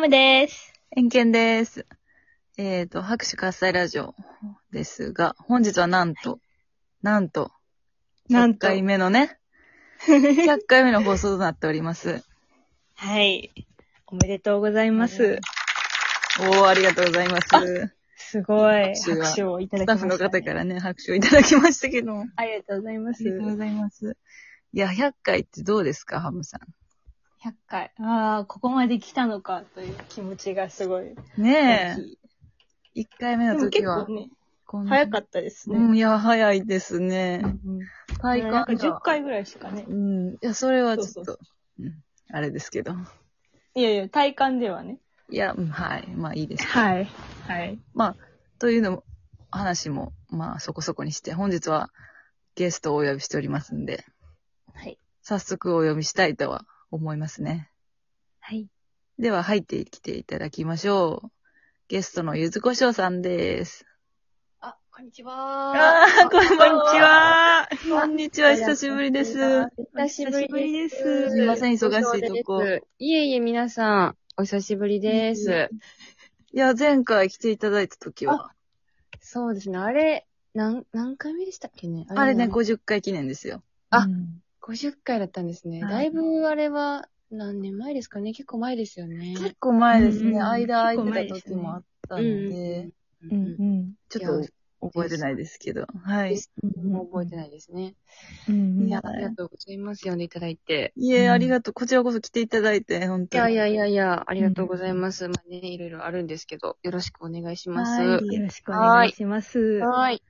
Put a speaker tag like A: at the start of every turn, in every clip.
A: ムです。
B: 偏見です。えっ、と、拍手喝采ラジオですが、本日はなんと、なんと、
A: なん
B: 100
A: と
B: 回目 のね、100回目の放送となっております。
A: はい。おめでとうございます。
B: おー、ありがとうございます。ス
A: すごい。
B: 拍手が
A: 拍手をいただき
B: タ
A: まし
B: ッフ
A: た、ね。
B: の方からね、拍手をいただきましたけど。あ
A: ありがとうございます。
B: りがとうご
A: 100
B: ざいます。いや、100回ってどうですか、ハムさ
A: 回。ああ、ここまで来たのかという気持ちがすごい
B: ん。
A: 大
B: ね
A: きい。
B: え、1回目
A: で
B: の
A: も結
B: 時は
A: 構、ね、
B: こん
A: 早か
B: っ
A: ったですね。
B: たうん、いや、早いですね。
A: うん
B: 体
A: なんか
B: 感
A: 10
B: が。
A: 回ぐらいしかね。
B: うん、いや、それはちょっと、
A: そうそう
B: うん、あれですけど。
A: いやいや、体感ではね。
B: いや、うんはい。まあいいです。
A: はい。はい。
B: まあ、というのも、話も、まあそこそこにして、本日はゲストをお呼びしておりますんで、
A: はい。
B: 早速お呼びしたいとは思いますね。
A: はい。
B: では入ってきていただきましょう。ゲストのゆずこしょうさんです。
C: あ、こんにちは。
B: あーこんにち
A: は。
B: こんにちは、久しぶりです。
C: 久しぶ
B: 久
C: りです。
B: しぶりですすいません忙しいとこ
C: いえいえ、皆さん、お久しぶりです。
B: いや、前回来ていただいた時は、
C: そうですね。あれ、なん、何回目でしたっけね
B: あれね、
C: は
B: 50回記念ですよ。
C: あ
B: うん
C: 50回だったんですね。
B: はい
C: だいぶ、あれは、何年前ですかね結構前ですよね。
B: 結構前です
A: うんう
B: ね。
A: ん
B: 間空い
A: 結
B: てた
A: 構前ですね
B: 時もあったので、
C: うんうん
A: ん。
B: ちょっと覚えてないですけど、はい。
C: うん。もう覚えてないですね。
A: うん
B: いや
C: ありがとうございます。呼んでいただいて。
B: いえ、
A: うん
B: ありがとう。こちらこそ来ていただいて、本
C: い
B: 当
C: や
B: に。
C: いやいやいや、ありがとうございます。まあね、いろいろあるんですけど、よろしくお願いします。
B: は
A: よろしくお願いします。
C: はい。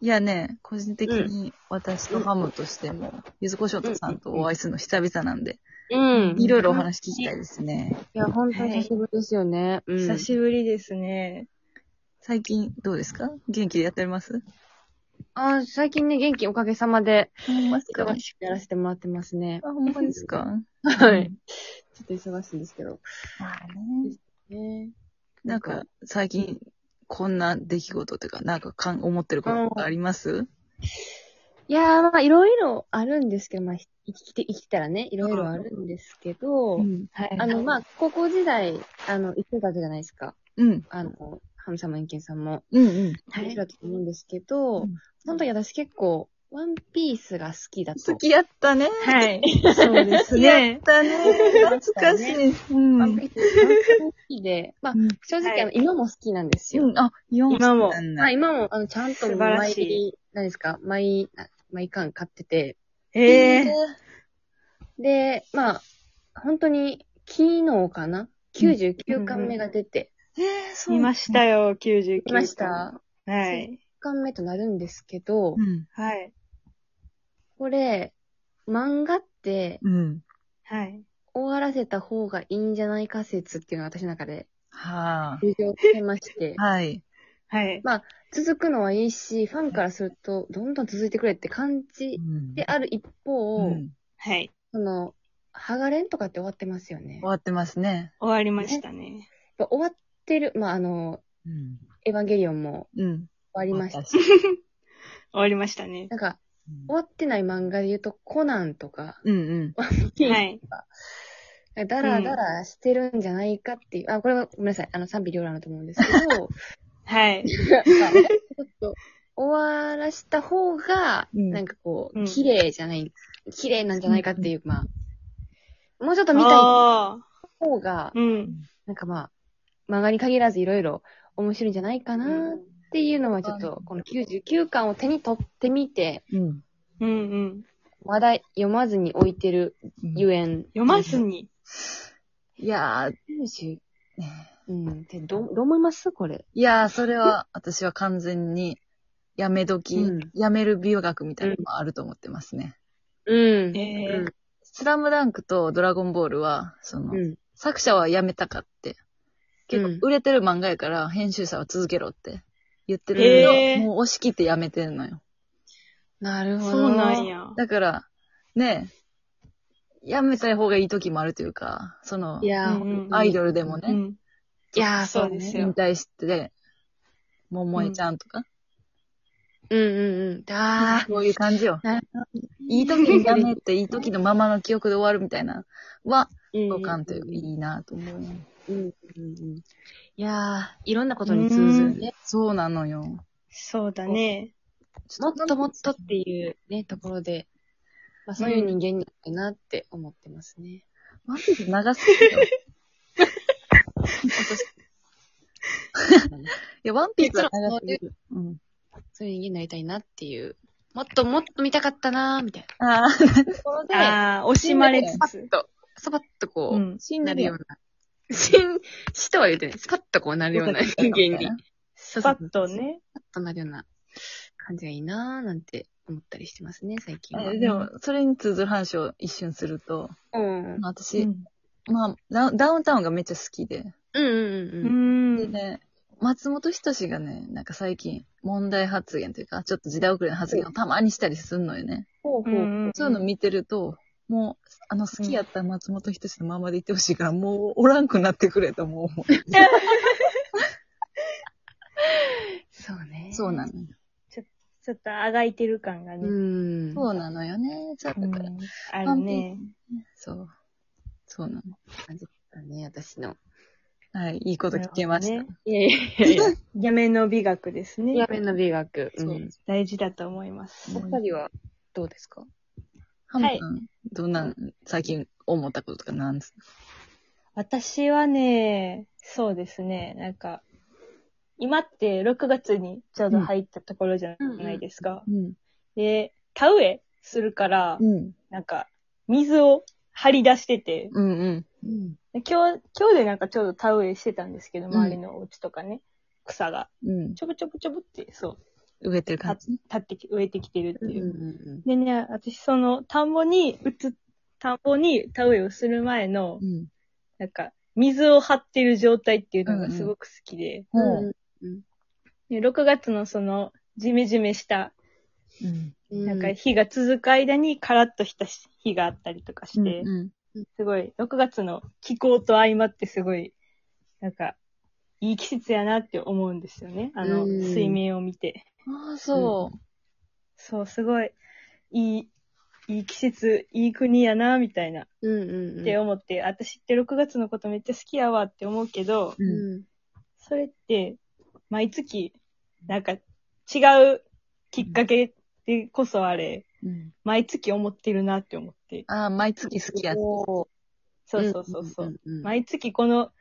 B: いやね、個人的に私とハムとしても、ゆずこしょうとさんとお会いするの久々なんで、
C: うん。
B: いろいろお話聞きたいですね。
C: いや、本当に久しぶりですよね。うん
A: 久しぶりです ね。
B: 最近どうですか元気でやっております
C: あー最近ね、元気おかげさまで、
B: ほんまですか
C: 忙しくやらせてもらってますね。
B: あ、ほんまですか
C: は。ちょっと忙しいんですけど。
B: まあね。
C: ね
B: なんか、最近、こんな出来事というか、なんかかん思ってることとかあります
C: いやー、まあ、いろいろあるんですけど、まあ、ひ生きて、生きてたらね、いろいろあるんですけど、
B: うん。
A: はい
C: あの、まあ、高校時代、あの、行ってたわけじゃないですか。
B: うん。
C: あの、ハムさんもエンケンさんも、
B: うん。
C: はい。だと思うんですけど、
B: うん
C: その時私結構、ワンピースが好きだと。
B: 好きやったね。
A: はい。そうですね
B: 好。きやったね。懐かしい。うん
C: ワンピースが好きで、まあ、
B: うん
C: 正直、
A: はい
C: あの今も好きなんですよ。
B: うん、あ、4
A: 今も
B: なんだ
C: まあ、今も、あの、ちゃんと
A: 素晴ら
C: 毎
A: しい、
C: 何ですか、毎、あ毎巻買ってて。
A: ええ
C: で、まあ、本当に、昨日かな ?99 巻目が出て、
B: えー、そう。
A: 見ましたよ、99。
C: いまし。た。
A: はい。
C: 1巻目となるんですけど
B: う、ん。
A: はい。
C: これ、漫画って
B: うん。
A: はい。
C: 終わらせた方がいいんじゃないか説っていうのが私の中で
B: は
C: 浮上してまして
B: あ。、はい。
A: はい。
C: 続くのはいいし、ファンからすると、どんどん続いてくれって感じ
B: うん
C: である一方、
B: うん
A: はい。
C: その、ハガレンとかって終わってますよね
B: 終。わってますね。
A: 終わりましたね。
C: やっぱ終わってる、まあ、あの、
B: うん。
C: エヴァンゲリオンも
B: うん。
C: 終わりました。
B: た。
A: 終わりましたね。
C: なんか、
B: うん
C: 終わってない漫画で言うと、コナンとか、
B: うん。
A: はい。
C: ダラダラしてるんじゃないかっていう、あ、これはごめんなさい、あの、賛否両論だと思うんですけど、
A: はい。
C: なんかちょっと、終わらした方が、
B: うん
C: なんかこ
A: うん
C: う、綺麗じゃない、綺麗なんじゃないかっていう、まあ、もうちょっと見たい
A: ああ。
C: 方が、
A: うん。
C: なんかまあ、漫画に限らずいろいろ面白いんじゃないかなっていうのはちょっと、この99巻を手に取ってみて、
B: うん。
A: うんうん。
C: 話題読まずに置いてるゆえん。
A: 読まずに。
B: いやー、
C: 90うん。って、どう、どう思いますこれ。
B: いやー、それは、私は完全に、やめ時、
C: うん
B: やめる美学みたいなのもあると思ってますね。
C: うん。
A: ええ
C: うん
B: スラムダンクとドラゴンボールは、その、
C: うん。
B: 作者はやめたかって。結
C: うん
B: 構、売れてる漫画やから、編集者は続けろって言ってるけど、
A: へー
B: もう押し切ってやめてんのよ。
C: なるほど。
A: そうなん。や。
B: だから、ねえ、やめた方がいい時もあるというか、その
C: い、やー、
A: うんうん
B: アイドルでも
A: う
B: ね、
A: ん。
C: いやー、
A: そ
C: そうう
A: で
C: ですす
A: よ
C: よ。
B: 引退して、ももえちゃんとか、
C: うんうんうん。 あ
B: そういう感じよ。
C: なる
B: いい時にやめて、いい時のままの記憶で終わるみたいな、は、
C: ー。
B: 五感というか、いいなと思う。
C: うんうんうん、いやー、いろんなことに通ずるね。
B: そうなのよ。
A: そうだね。
C: もっともっとっていうね、ところで、まあそういう人間になったなって思ってますね。
B: マジで長すぎるよ。いや、ワンピースは長すぎる。うん。
C: そういう人間になりたいなっていう。もっともっと見たかったなーみたい
B: ああ、
C: なところで、
A: ああ、惜しまれつつ。
C: スパッとこう、
A: うん
C: 死んなるような。死ん、死とは言ってない。スパッとこうなるような人間 に。ス
A: パッと。ね。
C: スパッとなるような感じがいいなーなんて思ったりしてますね、最近は。
B: えでも、それに通ずる話を一瞬すると、
C: うん。
B: まあ私、まあダウン、ダウンタウンがめっちゃ好きで。
C: うんうんうん。
A: ん
B: でね、松本人志がね、なんか最近、問題発言というか、ちょっと時代遅れの発言をたまにしたりすんのよね。
C: ほう
A: う
C: ほう。
A: ん。
B: そういうの見てると、もう、あの、好きやった松本人志のままでいってほしいから、もう、おらんくなってくれとも思う。
C: そうね。
B: そうなのよ。
A: ちょっとあがいてる感がね。
C: うん。
B: そうなのよね。そうだから。
A: うんあるね。
B: そう。そうな
C: 感じだね、私の。
B: の。はい、いいこと聞けまし
A: なる
B: た。
A: ほどね
C: いやいやいやい
A: やめの美学ですね。
C: や。やめの美学。
B: そう
C: うん
A: 大事だと思います。
C: お二人はどうですか
B: ハムさん、どんな、最近思ったこととかなんですか
A: 私はね、そうですね、なんか、今って6月にちょうど入ったところじゃないですか。
B: うん。
A: で、田植えするから、
B: うん。
A: なんか、水を張り出してて、
B: うんうん。
C: うん。
A: 今日、今日でなんかちょうど田植えしてたんですけど、周りのお家とかね、草が、
B: うん。
A: ちょぶちょぶちょぶって、そう、
B: 植えてる感じ。
A: 立ってき、植えてきてるって
C: うん
A: いう。
C: う
A: でね、私その、田んぼに移っ、田んぼに田植えをする前の、
B: うん。
A: なんか、水を張ってる状態っていうのがすごく好きで、
B: ほ
C: ん
B: う。
A: で6月のその、ジメジメした、
B: うん。
C: うん。
A: なんか日が続く間にカラッとしたし日があったりとかして、
B: うん。
A: すごい、6月の気候と相まってすごい、なんか、いい季節やなって思うんですよね。あの、
C: うん
A: 水面を見て。
B: ああ、そう。
A: そう、すごい、いい、いい季節、いい国やな、みたいな、
C: うんうんうん。
A: って思って、私って6月のことめっちゃ好きやわって思うけど、
B: う
C: う
B: ん。
C: ん。
A: それって、毎月、なんか、違うきっかけでこそあれ、
B: うん。
A: 毎月思ってるなって思って。
B: ああ、毎月好きやつ。
C: そ
A: そうそうそうそう。
C: んうんうん。
A: 毎月この、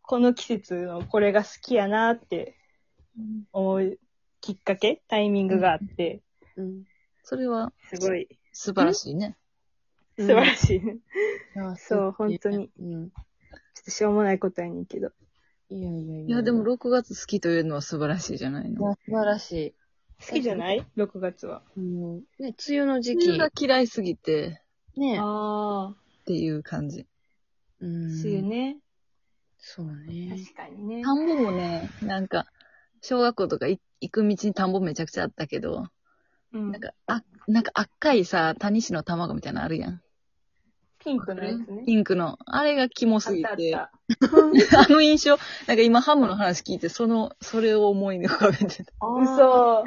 A: この季節のこれが好きやなって思うきっかけ、タイミングがあって、
C: うん
B: それは、
A: すごい
B: 素晴らしいね。
A: 素晴らしいね。そう、本当。
C: い
A: に。
C: うん。
A: ちょっとしょうもないことやねんけど。
C: いやいやいや。
B: いや、でも、6月好きというのは素晴らしいじゃない
C: いや
B: の。
C: 素晴らしい。
A: 好きじゃない ?6 月は。
C: うんね、梅雨の時
B: 梅
C: 期
B: 雨。が嫌いすぎて、
C: ね。
A: ああ、
B: っていう感じ。
C: うん
A: 梅雨。ね。
C: そうね。
A: 確かにね。
B: 田んぼもね、なんか、小学校とかい行く道に田んぼめちゃくちゃあったけど、
A: うん
B: なんか、あ、なんか赤いさ、タニシの卵みたいなのあるやん。
A: ピンクのやつね。
B: ピンクの。あれがキモ
A: あ
B: す
A: っ
B: ぎ、
A: たあって
B: あ
A: た。
B: の印象、なんか今ハムの話聞いて、その、それを思い浮かべてた。
A: 嘘。まあ、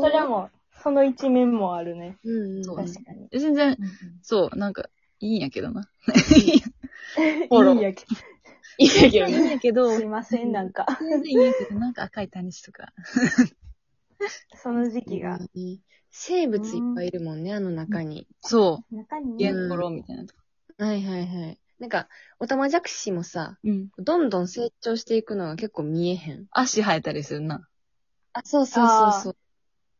A: それは
C: も。
A: もう、その一面もあるね。
C: うんうん。
B: そうね
A: 確かに。
B: 全然、そう、なんか、いいんやけどな。ほら
A: いいやけ
C: いやい
B: いいんやけど、
A: ど、すい
B: 全
A: ません、なんか。
B: 然いいんやけど、なんか赤いタニシとか。
A: その時期が。
C: 生物いっぱいいるもんね、あの中に。
B: そ
A: 中に
B: う、ゲ
A: ね。
B: ンゴロみたいなとか。
C: はいはいはい。なんか、オタマジャクシもさ、
B: うん。
C: どんどん成長していくのが結構見えへん。
B: 足生えたりするな。
C: あ、そうそうそうそう。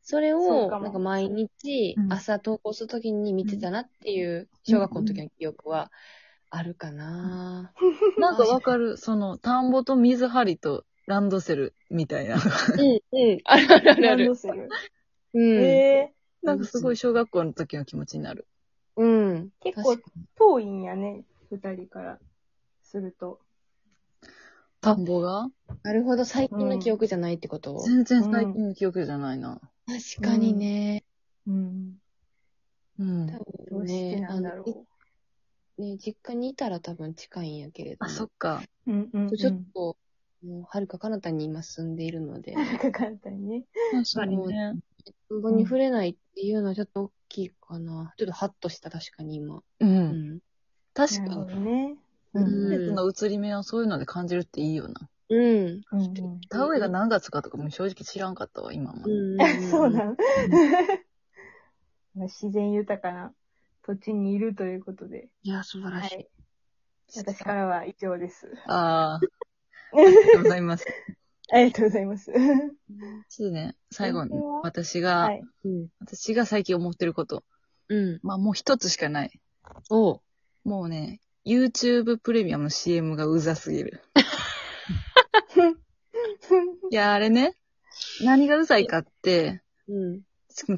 C: それ
A: そ
C: を
A: う、かも
C: なんか毎日
B: う、ん
C: 朝投稿するときに見てたなっていう、小学校の時の記憶は、あるかな
B: なんかわかる、その、田んぼと水張りとランドセルみたいな。
C: うん、うん。 あるあるある
A: ラ
C: あ
A: ンド
C: る。
A: セル
C: うん。
A: ええ
B: なんかすごい小学校の時の気持ちになる。
C: うん。
A: 結構
C: 確かに
A: 遠いんやね、二人からすると。
B: 田んぼが
C: なるほど、最近の記憶じゃないってこと、
B: 全然最近の記憶じゃないな。
C: 確かにね。
A: うん。
B: うん。
C: 多
A: ど
C: 分
A: うして
C: ね、
A: なんだろ
C: あのね、実家にいたら多分近いんやけれども。
B: あ、そっか。
A: う。うんうん、うん。
C: ちょっと、もう、はるか彼方に今住んでいるので、
A: と。簡単にね。
B: 確かにね。
C: 田んぼに触れないっていうのはちょっと大きいかな。ちょっとハッとした、確かに今。
B: う。
C: うんん。
B: 確
A: なる
B: か
A: ほ
B: に。
A: どね。う
B: 季
A: ん。
B: 節の移り目をそういうので感じるっていいよな。
C: うん。
A: うん
B: 田植えが何月かとかも正直知らんかったわ、今まで。
A: うん、 そうなんの まあ自然豊かな土地にいるということで。
B: いや、素晴
A: は
B: らしい。
A: い。私からは以上です。
B: ああ。 ありがとうございます。
A: ありがとうございます。
B: そうね、最後に
A: 本当は
B: 私が、
A: はい。
C: うん。
B: 私が最近思ってること。
C: うん。
B: まあもう一つしかない。
C: おう。
B: もうね、YouTube プレミアムの CM がうざすぎる。いや、あれね、何がうざいかって、
C: うん。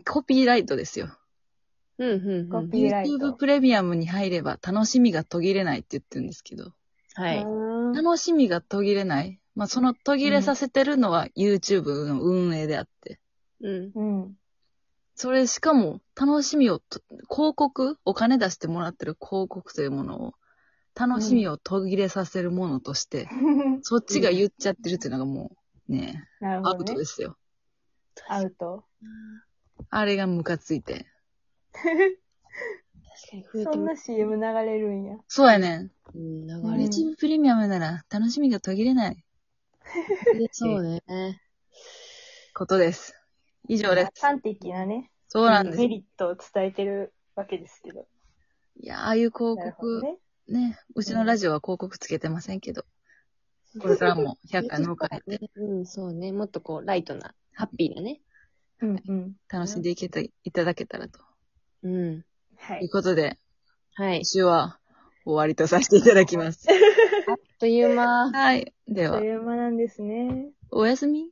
B: コピーライトですよ。
C: うん、うん、うん
A: コ。ピーライト
B: YouTube プレミアムに入れば楽しみが途切れないって言ってるんですけど、
C: は
A: う
C: い。
A: ーん
B: 楽しみが途切れないまあその途切れさせてるのは YouTube の運営であって、
C: うん。
A: うん。
B: それしかも楽しみをと、広告、お金出してもらってる広告というものを、楽しみを途切れさせるものとして、そっちが言っちゃってるっていうのがもうね、
A: なる
B: ア
A: ほ
B: ウ
A: ど
B: ト
A: ね
B: で。すよ。
A: アウ ト。
B: あれがムカついて。
C: 確かに増え
A: そ
C: て
A: ん
C: ま
A: な CM 流れるんや。
B: そうやねん。
C: うん、
A: ん
C: 流れ
B: YouTube プレミアムなら楽しみが途切れない
C: てそうね。
B: ことです。以上です。
A: 端的なね、
B: そうなんです。
A: メ
B: い
A: リットを伝えてるわけですけど。
B: や、ああいう広
A: なるほど
B: 告、
A: ね。
B: ね、うちのラジオは広告つけてませんけど、これからも100回農家へ
C: うん、そうね。もっとこう、ライトな、ハッピーなね。
A: うんうん。
B: 楽しんでいけた、いただけたらと。
C: うん。
A: は
B: とい。
A: いう
B: ことで、
C: はい
B: 今。週は終わりとさせてい ただきます。
C: あっという間。
B: はい。で
A: と
B: は、
A: いう間なんですね。
B: おやすみ。